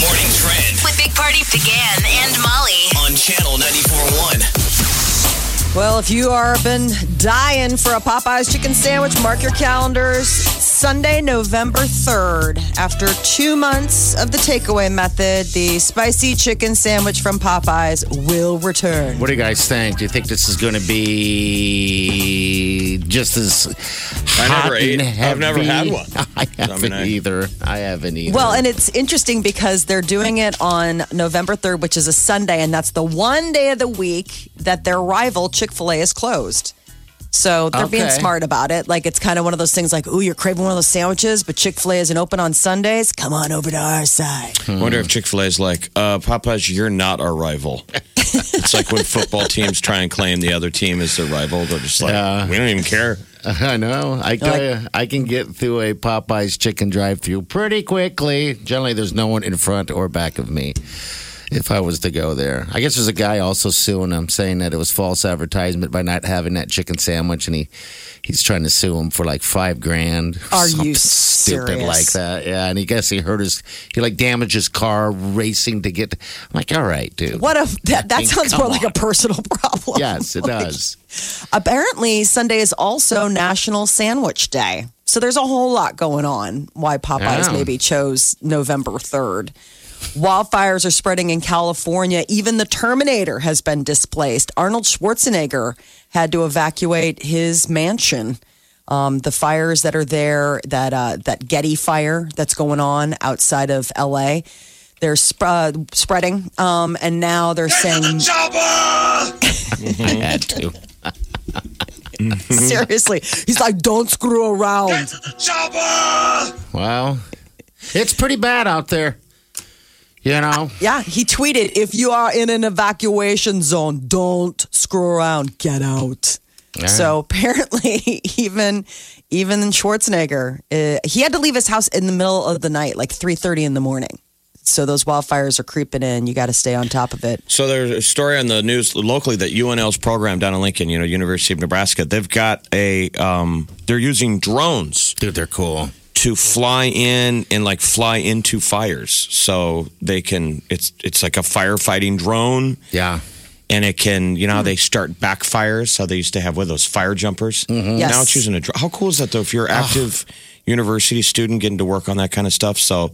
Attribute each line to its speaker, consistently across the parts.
Speaker 1: morning trend
Speaker 2: With Big Party began and Molly.
Speaker 1: on channel 94.1.
Speaker 3: Well, if you are been dying for a Popeyes chicken sandwich, mark your calendars. Sunday, November 3rd. After two months of the takeaway method, the spicy chicken sandwich from Popeyes will return.
Speaker 4: What do you guys think? Do you think this is going to be just as
Speaker 5: I
Speaker 4: hot
Speaker 5: never ate-
Speaker 4: and heavy?
Speaker 5: I've never had one.
Speaker 4: I haven't
Speaker 5: mean, I-
Speaker 4: either. I haven't either.
Speaker 3: Well, and it's interesting because they're doing it on November 3rd, which is a Sunday, and that's the one day of the week that their rival Chick fil A is closed. So they're being
Speaker 4: Okay.
Speaker 3: smart about it. Like it's kind of one of those things like, ooh, you're craving one of those sandwiches, but Chick fil A isn't open on Sundays. Come on over to our side.
Speaker 5: I wonder if Chick fil A is like, uh, Popeyes, you're not our rival. it's like when football teams try and claim the other team is their rival. They're just like, we don't even care.
Speaker 4: I know. I can, I can get through a Popeyes chicken drive-through pretty quickly. Generally, there's no one in front or back of me. If I was to go there, I guess there's a guy also suing him, saying that it was false advertisement by not having that chicken sandwich, and he he's trying to sue him for like five grand. or
Speaker 3: Are you
Speaker 4: something stupid
Speaker 3: serious?
Speaker 4: like that? Yeah, and he guess he hurt his he like damaged his car racing to get. I'm like, all right, dude.
Speaker 3: What if that, that
Speaker 4: mean,
Speaker 3: sounds
Speaker 4: come
Speaker 3: more like a
Speaker 4: on.
Speaker 3: personal problem?
Speaker 4: Yes, it does.
Speaker 3: Apparently, Sunday is also National Sandwich Day. So there's a whole lot going on why Popeyes
Speaker 4: Yeah.
Speaker 3: maybe chose November 3rd. Wildfires are spreading in California. Even the Terminator has been displaced. Arnold Schwarzenegger had to evacuate his mansion. Um, the fires that are there, that uh, that Getty fire that's going on outside of LA, they're sp- uh, spreading. Um, and now they're saying
Speaker 4: I had to.
Speaker 3: seriously, he's like, "Don't screw around."
Speaker 4: Well, it's pretty bad out there. You know.
Speaker 3: Yeah, he tweeted, if you are in an evacuation zone, don't screw around, get out. So apparently, even even Schwarzenegger, uh, he had to leave his house in the middle of the night, like three thirty in the morning. So those wildfires are creeping in. You got to stay on top of it.
Speaker 5: So there's a story on the news locally that UNL's program down in Lincoln, you know, University of Nebraska, they've got a, um, they're using drones
Speaker 4: Dude, they're cool.
Speaker 5: to fly in and like fly into fires. So they can, it's, it's like a firefighting drone.
Speaker 4: Yeah.
Speaker 5: and it can, you know, how
Speaker 3: Mm-hmm.
Speaker 5: they start backfires. How they used to have with those fire jumpers.
Speaker 3: Mm-hmm. Yes.
Speaker 5: Now it's using a. dr- How cool is that though? If you're an active university student getting to work on that kind of stuff, so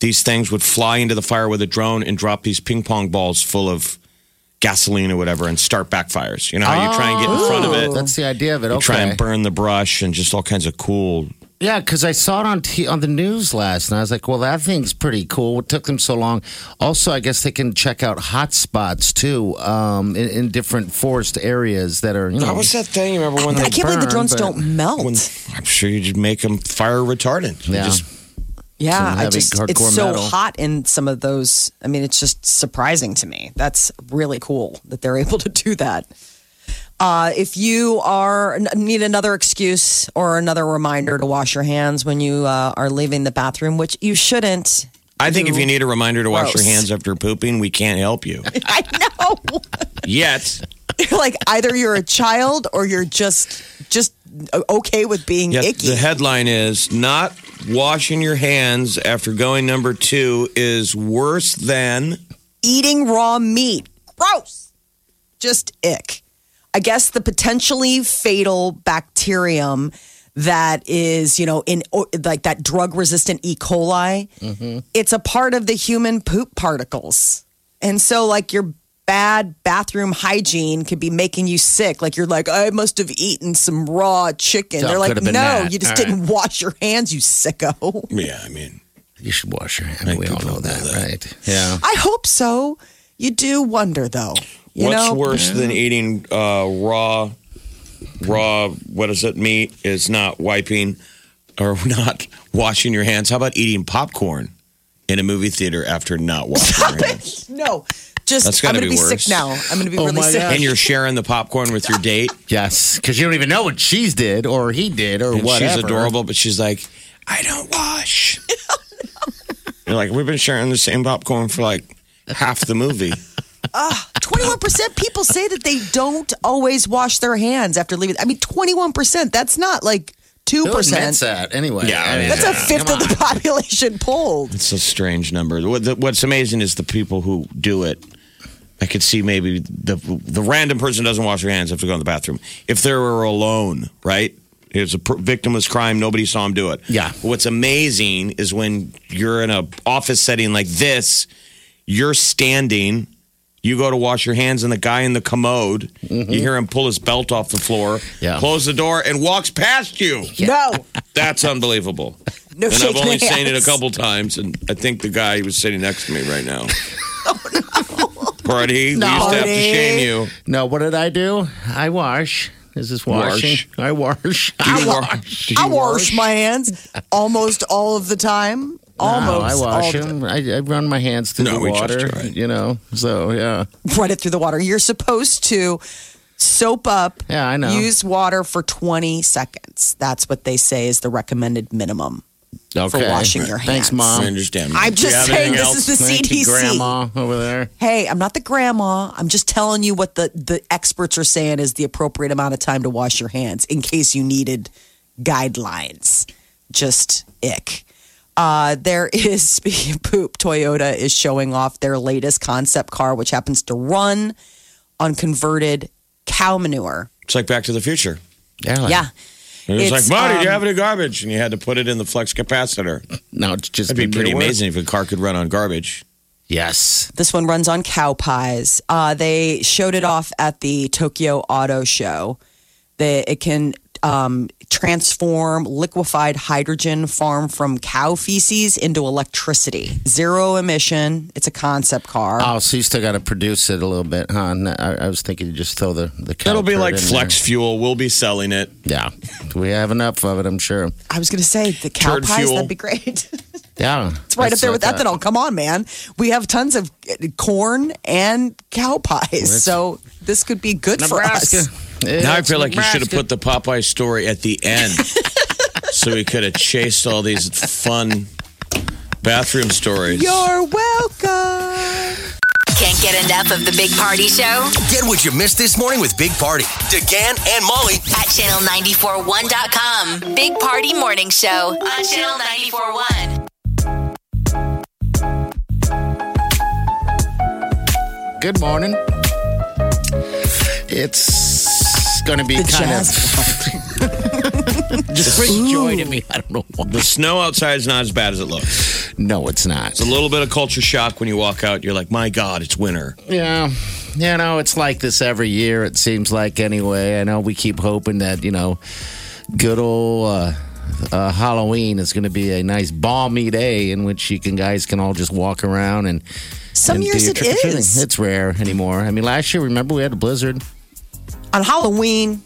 Speaker 5: these things would fly into the fire with a drone and drop these ping pong balls full of gasoline or whatever and start backfires. You know how you try and get in front of it,
Speaker 3: Oh.
Speaker 4: That's the idea of it. Okay.
Speaker 5: try and burn the brush and just all kinds of cool.
Speaker 4: Yeah, because I saw it on t- on the news last, and I was like, "Well, that thing's pretty cool." What took them so long? Also, I guess they can check out hot spots too um, in, in different forest areas that are. You know,
Speaker 5: What was that thing? You remember when
Speaker 3: I
Speaker 5: they?
Speaker 4: Like
Speaker 3: can't believe the
Speaker 4: burn,
Speaker 3: drones
Speaker 4: but-
Speaker 3: don't melt.
Speaker 5: When, I'm sure you just make them fire retardant. You
Speaker 4: Yeah.
Speaker 5: just
Speaker 3: yeah,
Speaker 4: some
Speaker 3: I
Speaker 4: heavy
Speaker 3: just it's
Speaker 4: hardcore
Speaker 3: so
Speaker 4: metal.
Speaker 3: hot in some of those. I mean, it's just surprising to me. That's really cool that they're able to do that. Uh, if you are n- need another excuse or another reminder to wash your hands when you uh, are leaving the bathroom, which you shouldn't.
Speaker 5: I think if you need a reminder to wash your
Speaker 3: Gross.
Speaker 5: hands after pooping, we can't help you.
Speaker 3: I know.
Speaker 5: Yet,
Speaker 3: like either you're a child or you're just just uh, okay with being
Speaker 5: yet
Speaker 3: icky.
Speaker 5: the headline is not washing your hands after going number two is worse than
Speaker 3: eating raw meat. Gross. Just ick. I guess the potentially fatal bacterium that is, you know, in o- like that drug resistant E. coli,
Speaker 4: Mm-hmm.
Speaker 3: it's a part of the human poop particles. And so, like, your bad bathroom hygiene could be making you sick. Like, you're like, I must have eaten some raw chicken.
Speaker 4: So it
Speaker 3: They're like,
Speaker 4: could have been
Speaker 3: no,
Speaker 4: that.
Speaker 3: you just
Speaker 4: All
Speaker 3: didn't wash your hands, you sicko.
Speaker 5: yeah. I mean,
Speaker 4: you should wash your hands. We all know that, right? Yeah.
Speaker 3: I hope so. You do wonder, though. You
Speaker 5: what's
Speaker 3: know?
Speaker 5: worse than eating uh, raw, raw? What is it? Meat is not wiping or not washing your hands. How about eating popcorn? in a movie theater after not washing your hands.
Speaker 3: No, just
Speaker 5: That's
Speaker 3: I'm
Speaker 5: gotta
Speaker 3: gonna
Speaker 5: be
Speaker 3: be, sick
Speaker 5: worse.
Speaker 3: now. I'm gonna be
Speaker 4: Oh
Speaker 3: really
Speaker 4: my
Speaker 3: sick.
Speaker 4: gosh.
Speaker 5: And you're sharing the popcorn with your date.
Speaker 4: Yes, because you don't even know what she's did or he did or
Speaker 5: And
Speaker 4: whatever.
Speaker 5: she's adorable, but she's like, I don't wash. You're like, we've been sharing the same popcorn for like half the movie.
Speaker 3: 21% people say that they don't always wash their hands after leaving. I mean, 21%. That's not like 2%.
Speaker 4: Who admits that anyway?
Speaker 5: Yeah,
Speaker 4: I mean,
Speaker 3: That's a
Speaker 4: come
Speaker 3: fifth of
Speaker 4: on.
Speaker 3: the population polled.
Speaker 5: It's a strange number. What- the- What's amazing is the people who do it. I could see maybe the the random person doesn't wash their hands have to go in the bathroom. If they were alone, right? It was a pr- victimless crime. Nobody saw him do it.
Speaker 4: Yeah.
Speaker 5: What's amazing is when you're in a office setting like this, you're standing. You go to wash your hands, and the guy in the commode, you hear him pull his belt off the floor,
Speaker 4: Mm-hmm. Yeah.
Speaker 5: close the door, and walks past you.
Speaker 3: No.
Speaker 5: That's unbelievable.
Speaker 3: No
Speaker 5: And I've
Speaker 3: shaking
Speaker 5: only
Speaker 3: hands.
Speaker 5: seen it a couple times, and I think the guy was sitting next to me right now. Party, we used to have to
Speaker 3: Oh, Party.
Speaker 5: shame you.
Speaker 4: No, what did I do? I wash. Is this washing? I wash.
Speaker 5: Do
Speaker 4: I
Speaker 5: you wa- do you
Speaker 3: I wash my hands almost all of the time.
Speaker 4: No,
Speaker 3: Almost.
Speaker 4: I wash
Speaker 3: all the
Speaker 4: them. I, I run my hands through
Speaker 5: No,
Speaker 4: the
Speaker 5: we trust
Speaker 4: water.
Speaker 5: you, right?
Speaker 4: You know, so yeah.
Speaker 3: Run it through the water. You're supposed to soap up.
Speaker 4: Yeah, I know.
Speaker 3: Use water for 20 seconds. That's what they say is the recommended minimum.
Speaker 4: Okay.
Speaker 3: washing your
Speaker 4: Thanks,
Speaker 3: hands.
Speaker 4: mom.
Speaker 5: I understand.
Speaker 3: I'm
Speaker 5: Do you
Speaker 3: just
Speaker 5: have
Speaker 3: saying
Speaker 5: anything
Speaker 3: this is the
Speaker 4: Thank
Speaker 3: CDC.
Speaker 4: you, grandma over there.
Speaker 3: hey, I'm not the grandma. I'm just telling you what the, the experts are saying is the appropriate amount of time to wash your hands in case you needed guidelines. Just ick. Uh, there is, speaking of poop, Toyota is showing off their latest concept car, which happens to run on converted cow manure.
Speaker 5: It's like Back to the Future.
Speaker 4: Yeah.
Speaker 3: Yeah.
Speaker 5: It was
Speaker 3: It's,
Speaker 5: like, Marty, do you
Speaker 3: um,
Speaker 5: have any garbage? And you had to put it in the flux capacitor.
Speaker 4: No, it's just
Speaker 5: That'd be pretty
Speaker 4: manure.
Speaker 5: amazing if a car could run on garbage.
Speaker 4: Yes.
Speaker 3: This one runs on cow pies. Uh, they showed it off at the Tokyo Auto Show. They, it can um, transform liquefied hydrogen farmed from cow feces into electricity. Zero emission. It's a concept car.
Speaker 4: Oh, so you still got to produce it a little bit, huh? No, I, I was thinking you just throw the the. cow
Speaker 5: It'll be
Speaker 4: turd
Speaker 5: like
Speaker 4: in
Speaker 5: flex fuel. We'll be selling it.
Speaker 4: there. Yeah, we have enough of it, I'm sure.
Speaker 3: I was going to say the cow
Speaker 5: Turd
Speaker 3: pies.
Speaker 5: fuel.
Speaker 3: That'd be great. it's
Speaker 4: Yeah, it's
Speaker 3: right up there with ethanol. Come on, man. We have tons of uh, corn and cow pies, so this could be good
Speaker 4: Nebraska.
Speaker 3: for us.
Speaker 5: now I
Speaker 4: It's
Speaker 5: feel like you should have
Speaker 4: Nebraska.
Speaker 5: put the Popeye story at the end so we could have chased all these fun bathroom stories.
Speaker 3: You're welcome.
Speaker 2: Can't get enough of the Big Party Show
Speaker 1: Get what you missed this morning with Big Party, DeGan and Molly
Speaker 2: at channel941.com. Big Party Morning Show on channel 941.
Speaker 4: Good morning. It's going to be kind of. Just brings joy to me. I don't know why.
Speaker 5: The snow outside is not as bad as it looks.
Speaker 4: No, it's not.
Speaker 5: It's a little bit of culture shock when you walk out. You're like, my God, it's winter.
Speaker 4: Yeah. You know, it's like this every year, it seems like, anyway. I know we keep hoping that, you know, good old uh, uh, Halloween is going to be a nice balmy day in which you can guys can all just walk around and.
Speaker 3: Some
Speaker 4: and do
Speaker 3: years
Speaker 4: your
Speaker 3: it
Speaker 4: trick-or-treating.
Speaker 3: is.
Speaker 4: It's rare anymore. I mean, last year, remember, we had a blizzard.
Speaker 3: on Halloween.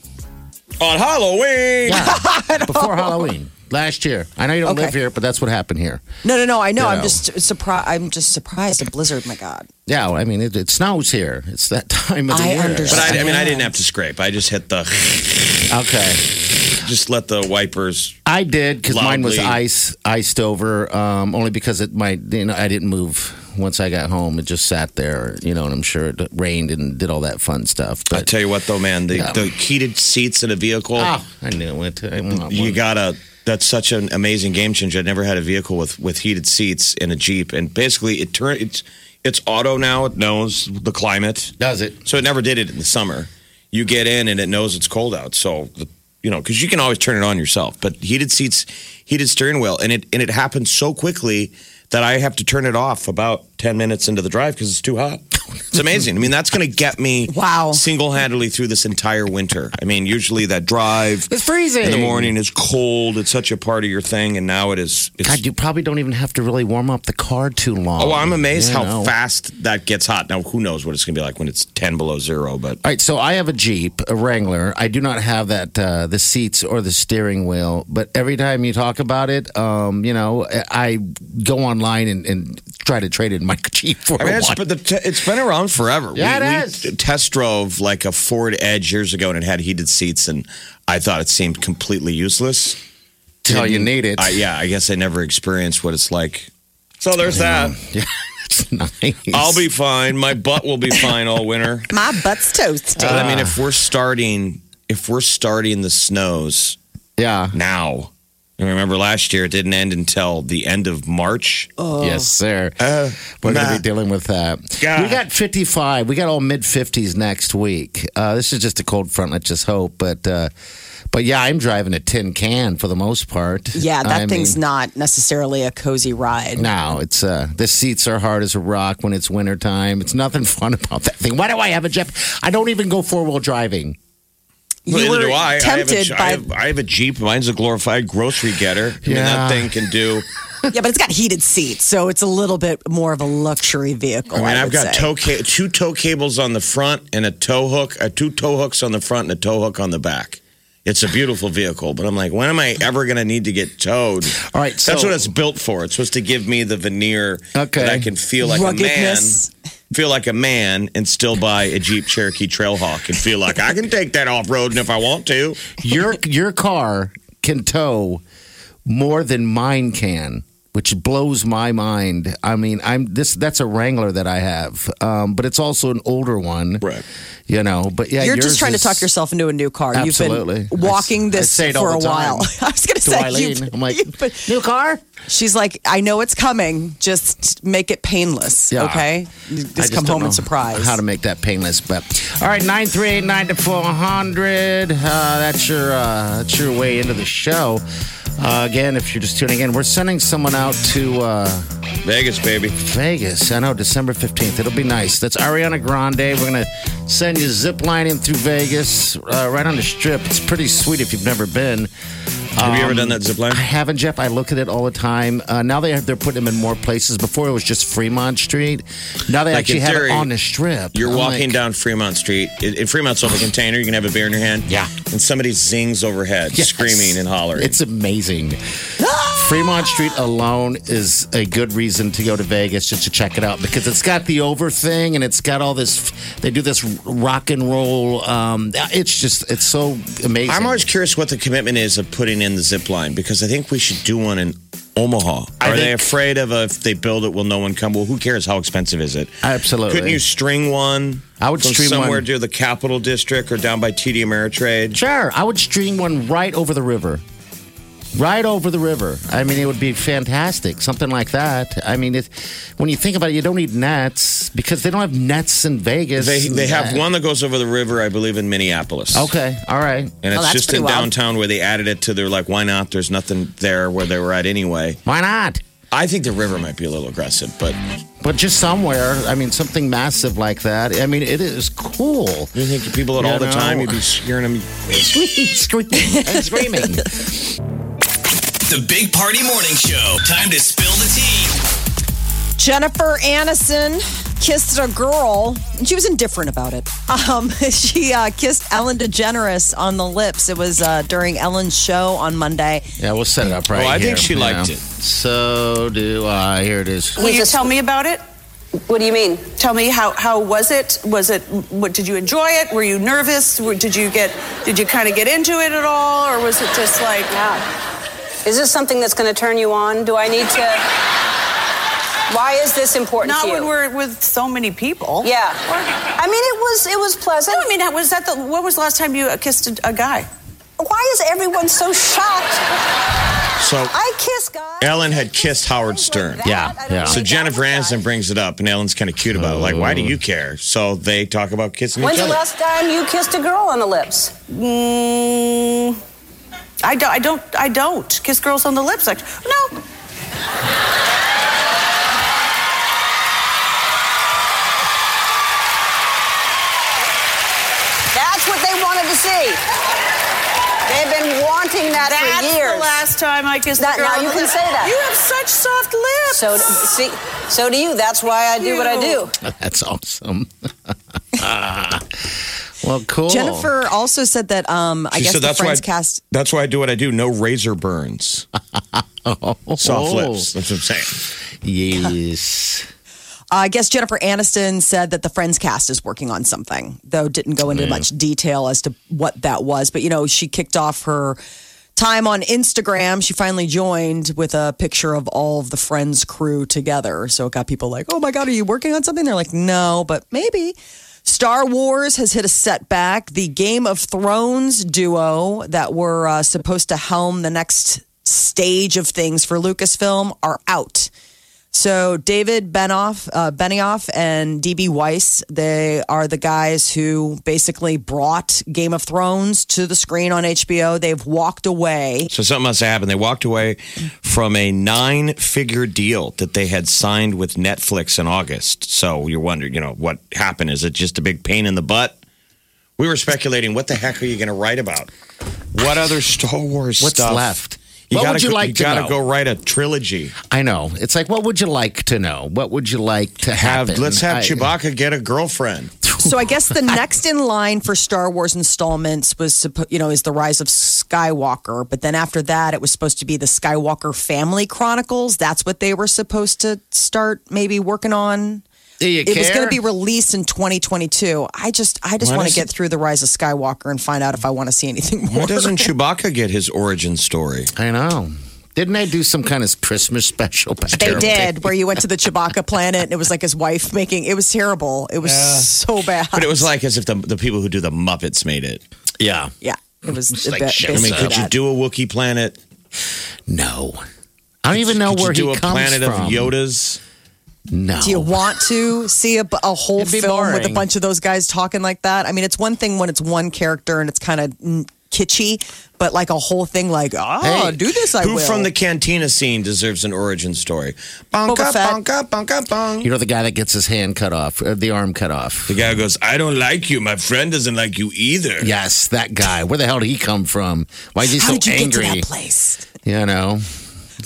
Speaker 5: On Halloween.
Speaker 4: Yeah. Before Halloween. Last year. I know you don't
Speaker 3: Oh. Okay.
Speaker 4: live here, but that's what happened here.
Speaker 3: No, no, no. I know.
Speaker 4: You
Speaker 3: I'm
Speaker 4: know.
Speaker 3: just surprised. I'm just surprised. A blizzard. My God.
Speaker 4: Yeah, well, I mean, it, it snows here. It's that time of the
Speaker 3: I
Speaker 4: year.
Speaker 3: understand.
Speaker 5: But I, I mean, I didn't have to scrape. I just hit the,
Speaker 4: Okay.
Speaker 5: just let the wipers.
Speaker 4: I did because mine was
Speaker 5: Loudly.
Speaker 4: ice iced over, um, only because it my you know I didn't move once I got home. It just sat there, you know, and I'm sure it rained and did all that fun stuff.
Speaker 5: I
Speaker 4: But
Speaker 5: tell you what, though, man, the,
Speaker 4: Yeah.
Speaker 5: the heated seats in a vehicle,
Speaker 4: Ah, I knew it. I,
Speaker 5: you gotta. That's such an amazing game changer. I never had a vehicle with with heated seats in a Jeep, and basically, it turn it's it's auto now. It knows the climate.
Speaker 4: does it?
Speaker 5: So it never did it in the summer. You get in and it knows it's cold out. So you know, because you can always turn it on yourself. But heated seats, heated steering wheel, and it and it happens so quickly that I have to turn it off about ten minutes into the drive because it's too hot. It's amazing. I mean, that's going to get me
Speaker 3: Wow.
Speaker 5: single handedly through this entire winter. I mean, usually that drive
Speaker 4: It's freezing.
Speaker 5: in the morning is cold. It's such a part of your thing, and now it is. It's,
Speaker 4: God, you probably don't even have to really warm up the car too long.
Speaker 5: oh, I'm amazed
Speaker 4: you
Speaker 5: how
Speaker 4: know.
Speaker 5: fast that gets hot. Now, who knows what it's going to be like when it's ten below zero? But
Speaker 4: All right, so I have a Jeep, a Wrangler. I do not have that uh, the seats or the steering wheel, but every time you talk about it, um, you know, I I go online and, and try to trade in my Jeep for
Speaker 5: I mean,
Speaker 4: a
Speaker 5: it's,
Speaker 4: one.
Speaker 5: but the te- it's been around forever.
Speaker 4: Yeah,
Speaker 5: we,
Speaker 4: it
Speaker 5: we
Speaker 4: is.
Speaker 5: test drove like a Ford Edge years ago, and it had heated seats, and I thought it seemed completely useless.
Speaker 4: Till you need it.
Speaker 5: I, yeah, I guess I never experienced what it's like. So there's that.
Speaker 4: Yeah, it's nice.
Speaker 5: I'll be fine. My butt will be fine all winter.
Speaker 3: My butt's toasty.
Speaker 5: But I mean, if we're starting, if we're starting the snows
Speaker 4: Yeah.
Speaker 5: now, and remember last year it didn't end until the end of March.
Speaker 3: Oh.
Speaker 4: Yes, sir.
Speaker 5: Uh,
Speaker 4: We're going to be dealing with that.
Speaker 5: God.
Speaker 4: We got 55. We got all mid 50s next week. Uh, this is just a cold front. Let's just hope. But uh, but yeah, I'm driving a tin can for the most part.
Speaker 3: Yeah, that
Speaker 4: I
Speaker 3: thing's
Speaker 4: mean,
Speaker 3: not necessarily a cozy ride.
Speaker 4: No, it's uh, the seats are hard as a rock when it's wintertime. It's nothing fun about that thing. Why do I have a jet? I don't even go four wheel driving.
Speaker 3: You
Speaker 5: Neither
Speaker 3: were
Speaker 5: do I.
Speaker 3: tempted
Speaker 5: I,
Speaker 3: by
Speaker 5: have a, I, have, I have a Jeep. Mine's a glorified grocery getter. I mean,
Speaker 4: Yeah.
Speaker 5: that thing can do.
Speaker 3: yeah, but it's got heated seats, so it's a little bit more of a luxury vehicle.
Speaker 5: I mean, I've
Speaker 3: would
Speaker 5: got
Speaker 3: say.
Speaker 5: tow ca- two tow cables on the front and a tow hook, uh, two tow hooks on the front and a tow hook on the back. It's a beautiful vehicle, but I'm like, when am I ever going to need to get towed?
Speaker 4: All right,
Speaker 5: that's
Speaker 4: so-
Speaker 5: what it's built for. It's supposed to give me the veneer
Speaker 4: Okay.
Speaker 5: that I can feel like
Speaker 3: Ruggedness.
Speaker 5: a man, feel like a man, and still buy a Jeep Cherokee Trailhawk and feel like I can take that off roading if I want to.
Speaker 4: Your, your car can tow more than mine can. Which blows my mind. I mean, I'm this. That's a Wrangler that I have, um, but it's also an older one. you know. But yeah,
Speaker 3: You're
Speaker 4: yours
Speaker 3: just trying
Speaker 4: is-
Speaker 3: to talk yourself into a new car.
Speaker 4: Absolutely.
Speaker 3: You've been walking
Speaker 4: I s- I
Speaker 3: this
Speaker 4: say it all
Speaker 3: for a
Speaker 4: the time
Speaker 3: while. I was going to
Speaker 4: to
Speaker 3: say,
Speaker 4: Eileen.
Speaker 3: you've-
Speaker 4: I'm like
Speaker 3: you've been-
Speaker 4: new car.
Speaker 3: she's like, I know it's coming. Just make it painless,
Speaker 4: Yeah.
Speaker 3: okay? You
Speaker 4: I
Speaker 3: Just come
Speaker 4: don't
Speaker 3: home
Speaker 4: know
Speaker 3: and surprise.
Speaker 4: How to make that painless? But all right, nine three eight nine to four hundred. Uh, that's your uh, that's your way into the show. Uh, again, if you're just tuning in, we're sending someone out to uh,
Speaker 5: Vegas, baby.
Speaker 4: Vegas. I know December fifteenth. It'll be nice. That's Ariana Grande. We're gonna send you ziplining through Vegas, uh, right on the strip. It's pretty sweet if you've never been.
Speaker 5: Have you ever done that zip line?
Speaker 4: Um, I haven't, Jeff. I look at it all the time. Uh, now they have, they're putting them in more places. Before it was just Fremont Street. Now they
Speaker 5: Like,
Speaker 4: actually
Speaker 5: in
Speaker 4: have
Speaker 5: theory,
Speaker 4: it on the strip.
Speaker 5: You're
Speaker 4: I'm
Speaker 5: walking
Speaker 4: like,
Speaker 5: down Fremont Street. In in Fremont's open container. You can have a beer in your hand.
Speaker 4: Yeah.
Speaker 5: And somebody zings overhead,
Speaker 4: yes.
Speaker 5: screaming and hollering.
Speaker 4: It's amazing.
Speaker 3: Ah!
Speaker 4: Fremont Street alone is a good reason to go to Vegas just to check it out because it's got the over thing and it's got all this. They do this rock and roll. Um, it's just it's so amazing.
Speaker 5: I'm always curious what the commitment is of putting in the zip line because I think we should do one in Omaha.
Speaker 4: I
Speaker 5: Are they
Speaker 4: think-
Speaker 5: afraid of uh, if they build it, will no one come? Well, who cares? How expensive is it?
Speaker 4: Absolutely.
Speaker 5: Couldn't you string one?
Speaker 4: I would
Speaker 5: from
Speaker 4: stream
Speaker 5: somewhere
Speaker 4: one.
Speaker 5: near the Capital District or down by TD Ameritrade.
Speaker 4: Sure, I would stream one right over the river. Right over the river. I mean, it would be fantastic. Something like that. I mean, it, when you think about it, you don't need nets because they don't have nets in Vegas.
Speaker 5: They they have one that goes over the river, I believe, in Minneapolis.
Speaker 4: Okay, all right.
Speaker 5: And
Speaker 3: Oh,
Speaker 5: it's
Speaker 3: that's
Speaker 5: just
Speaker 3: pretty
Speaker 5: in
Speaker 3: wild.
Speaker 5: downtown where they added it to their like, why not? There's nothing there where they were at anyway.
Speaker 4: Why not?
Speaker 5: I think the river might be a little aggressive, but
Speaker 4: But just somewhere. I mean, something massive like that. I mean, it is cool.
Speaker 5: you think to people at
Speaker 4: You
Speaker 5: all the
Speaker 4: know.
Speaker 5: time, you'd be hearing them.
Speaker 4: Screaming and screaming.
Speaker 1: The Big Party Morning Show. Time to spill the tea.
Speaker 3: Jennifer Aniston kissed a girl, and she was indifferent about it. Um, she uh, kissed Ellen DeGeneres on the lips. It was uh, during Ellen's show on Monday.
Speaker 4: Yeah, we'll set it up right
Speaker 5: Oh, I
Speaker 4: here,
Speaker 5: think she
Speaker 4: you
Speaker 5: liked
Speaker 4: know.
Speaker 5: it.
Speaker 4: So do I. Here it is.
Speaker 6: Will you tell me about it?
Speaker 7: What do you mean?
Speaker 6: Tell me how how was it? Was it what did you enjoy it? Were you nervous? Were, did you get did you kind of get into it at all or was it just like
Speaker 7: Wow. Is this something that's going to turn you on? Do I need to? Why is this important
Speaker 6: not
Speaker 7: to you?
Speaker 6: when we're with so many people?
Speaker 7: Yeah.
Speaker 6: Or-
Speaker 7: I mean, it was it was pleasant.
Speaker 6: No, I mean, was that the when was the last time you uh, kissed a, a guy?
Speaker 7: why is everyone so shocked?
Speaker 5: So
Speaker 7: I kiss guys.
Speaker 5: Ellen had kissed Howard Stern.
Speaker 4: Yeah, yeah.
Speaker 5: So Jennifer Aniston brings it up, and Ellen's kind of cute about it. Like, why do you care? So they talk about kissing
Speaker 7: When's
Speaker 5: each
Speaker 7: the
Speaker 5: other.
Speaker 7: last time you kissed a girl on the lips?
Speaker 6: Mm, I don't. I don't. I don't kiss girls on the lips. Like, no.
Speaker 7: saying that
Speaker 6: That's
Speaker 7: for years.
Speaker 6: the last time I kissed
Speaker 7: That-
Speaker 6: a girl.
Speaker 7: now
Speaker 6: on
Speaker 7: you
Speaker 6: the
Speaker 7: can
Speaker 6: lips.
Speaker 7: say that.
Speaker 6: You have such soft lips.
Speaker 7: So d- see, so do you. That's why I do what I do.
Speaker 4: That's awesome. well, cool.
Speaker 3: Jennifer also said that um, I
Speaker 5: She
Speaker 3: guess
Speaker 5: said
Speaker 3: the
Speaker 5: that's why.
Speaker 3: Friends cast.
Speaker 5: That's why I do what I do. No razor burns. Soft
Speaker 4: Oh.
Speaker 5: lips. That's what I'm saying.
Speaker 4: Yes.
Speaker 3: Uh, I guess Jennifer Aniston said that the Friends cast is working on something, though didn't go into much detail as to what that was. But you know, she kicked off her time on Instagram. She finally joined with a picture of all of the Friends crew together. So it got people like, "Oh my god, are you working on something?" They're like, "No, but maybe." Star Wars has hit a setback. The Game of Thrones duo that were uh, supposed to helm the next stage of things for Lucasfilm are out. So David Benoff, uh, Benioff, and DB Weiss, they are the guys who basically brought Game of Thrones to the screen on HBO. They've walked away.
Speaker 5: So something must have happened. They walked away from a nine-figure deal that they had signed with Netflix in August. So you wonder, you know, what happened? Is it just a big pain in the butt? We were speculating. What the heck are you going to write about? What other Star Wars
Speaker 4: What's
Speaker 5: stuff?
Speaker 4: left? What would you like
Speaker 5: You
Speaker 4: to
Speaker 5: gotta
Speaker 4: know?
Speaker 5: go write a trilogy.
Speaker 4: I know. It's like, what would you like to know? What would you like to
Speaker 5: Have
Speaker 4: happen?
Speaker 5: let's have
Speaker 4: I-
Speaker 5: Chewbacca get a girlfriend.
Speaker 3: So I guess the next in line for Star Wars installments was, suppo- you know, is the Rise of Skywalker. But then after that, it was supposed to be the Skywalker Family Chronicles. That's what they were supposed to start maybe working on.
Speaker 4: Do you
Speaker 3: It was going
Speaker 4: care?
Speaker 3: to be released in 2022. I just, I just
Speaker 5: Why
Speaker 3: want to
Speaker 5: does
Speaker 3: get
Speaker 5: it-
Speaker 3: through the Rise of Skywalker and find out if I want to see anything more.
Speaker 5: Why doesn't Chewbacca get his origin story?
Speaker 4: I know. Didn't I do some kind of Christmas special? Back
Speaker 3: They
Speaker 4: there?
Speaker 3: did, where you went to the Chewbacca planet and it was like his wife making it was terrible. It was so bad.
Speaker 5: But it was like as if the, the people who do the Muppets made it.
Speaker 4: Yeah.
Speaker 3: yeah, it was
Speaker 4: It's like
Speaker 3: ba-
Speaker 4: shit.
Speaker 5: I mean,
Speaker 3: basically
Speaker 5: could you
Speaker 3: that.
Speaker 5: do a Wookiee planet?
Speaker 4: No. I don't even know
Speaker 5: could
Speaker 4: where
Speaker 5: you do
Speaker 4: he
Speaker 5: a
Speaker 4: comes
Speaker 5: planet
Speaker 4: from.
Speaker 5: of Yodas?
Speaker 4: No.
Speaker 3: Do you want to see a, a whole
Speaker 4: It'd be
Speaker 3: film with a
Speaker 4: boring.
Speaker 3: bunch of those guys talking like that? I mean, it's one thing when it's one character and it's kind of mm, kitschy, but like a whole thing, like ah,
Speaker 4: Hey,
Speaker 3: do this. I
Speaker 5: Who
Speaker 3: will.
Speaker 5: from the cantina scene deserves an origin story? Bonka,
Speaker 3: Boba Fett.
Speaker 5: bonka, bonka, bong.
Speaker 4: You know the guy that gets his hand cut off, or the arm cut off.
Speaker 5: The guy goes, I don't like you. My friend doesn't like you either.
Speaker 4: Yes, that guy. Where the hell did he come from? Why is he
Speaker 3: how
Speaker 4: so
Speaker 3: did you
Speaker 4: angry?
Speaker 3: get to that place?
Speaker 4: You know.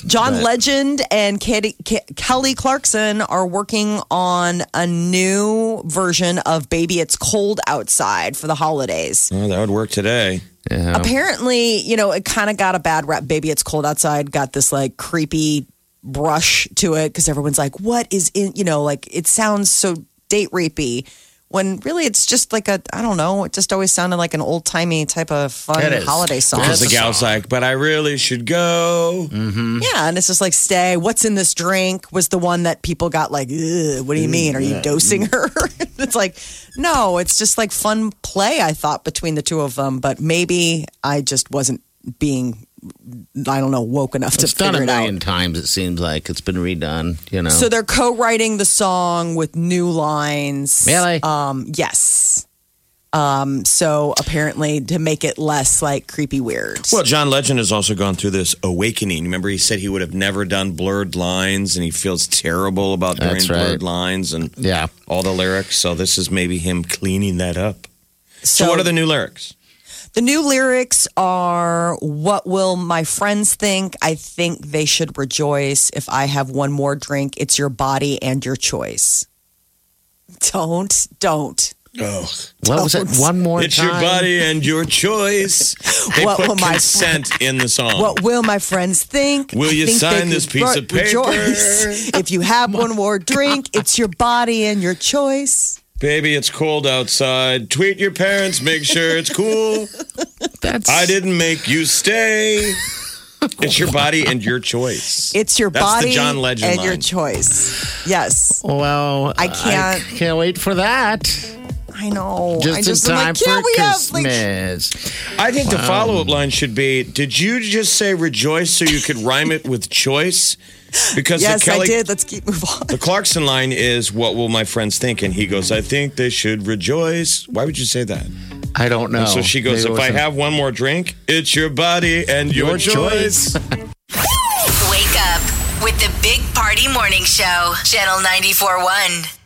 Speaker 3: John
Speaker 4: But-
Speaker 3: Legend and Katie, Ke- Kelly Clarkson are working on a new version of "Baby It's Cold Outside" for the holidays.
Speaker 5: Oh, that would work today.
Speaker 4: Yeah.
Speaker 3: Apparently, you know, it kind of got a bad rep. Baby, it's cold outside. Got this like creepy brush to it because everyone's like, "What is in?" You know, like it sounds so date rapey. When really, it's just like a I don't know. It just always sounded like an old timey type of fun
Speaker 4: It is.
Speaker 3: holiday song.
Speaker 5: Because the
Speaker 4: That's a
Speaker 5: gal's like, but I really should go.
Speaker 3: Yeah, and it's just like, "Stay." What's in this drink? Was the one that people got like, "Ugh, "What do you mean? Are you dosing her?" it's like, no, it's just like fun play. I thought between the two of them, but maybe I just wasn't being. I don't know, woke enough
Speaker 4: It's
Speaker 3: to figure
Speaker 4: done a
Speaker 3: it out.
Speaker 4: million times. It seems like it's been redone. You know.
Speaker 3: So they're co-writing the song with new lines.
Speaker 4: Really?
Speaker 3: Um, yes. Um, so apparently to make it less like creepy weird.
Speaker 5: Well, John Legend has also gone through this awakening. Remember, he said he would have never done blurred lines, and he feels terrible about doing
Speaker 4: That's right.
Speaker 5: blurred lines and
Speaker 4: yeah.
Speaker 5: all the lyrics. So this is maybe him cleaning that up.
Speaker 3: so,
Speaker 5: So, what are the new lyrics?
Speaker 3: the new lyrics are what will my friends think? I think they should rejoice if I have one more drink. It's your body and your choice. Don't, don't.
Speaker 5: Oh,
Speaker 4: What was it? One more
Speaker 5: it's
Speaker 4: time.
Speaker 5: your body and your choice. They
Speaker 3: What will
Speaker 5: put
Speaker 3: my-
Speaker 5: consent in the song.
Speaker 3: What will my friends think?
Speaker 5: Will
Speaker 3: I
Speaker 5: you
Speaker 3: think they
Speaker 5: sign this
Speaker 3: could
Speaker 5: piece of paper?
Speaker 3: rejoice. If you have one more drink, it's your body and your choice.
Speaker 5: Baby, it's cold outside. Tweet your parents. Make sure it's cool.
Speaker 4: That's.
Speaker 5: I didn't make you stay. It's your body and your choice.
Speaker 3: It's your
Speaker 5: That's
Speaker 3: body
Speaker 5: the John Legend
Speaker 3: and your
Speaker 5: line.
Speaker 3: choice. Yes,
Speaker 4: Well,
Speaker 3: I can't-
Speaker 4: I can't wait for that.
Speaker 3: I know. I
Speaker 4: Just,
Speaker 3: just
Speaker 4: in
Speaker 3: am
Speaker 4: time
Speaker 3: like, can't
Speaker 4: for
Speaker 3: we have like
Speaker 4: Christmas.
Speaker 5: I think the follow up line should be Did you just say rejoice so you could rhyme it with choice? Because
Speaker 3: Yes,
Speaker 5: the Kelly
Speaker 3: I did. Let's keep move on.
Speaker 5: The Clarkson line is what will my friends think? And he goes, I think they should rejoice. Why would you say that?
Speaker 4: I don't know.
Speaker 5: And so she goes,
Speaker 4: Maybe
Speaker 5: If
Speaker 4: it
Speaker 5: I
Speaker 4: wasn't-
Speaker 5: have one more drink, it's your body and your,
Speaker 4: Your choice."
Speaker 5: choice.
Speaker 2: Wake up with the Big Party Morning Show, Channel 94.1.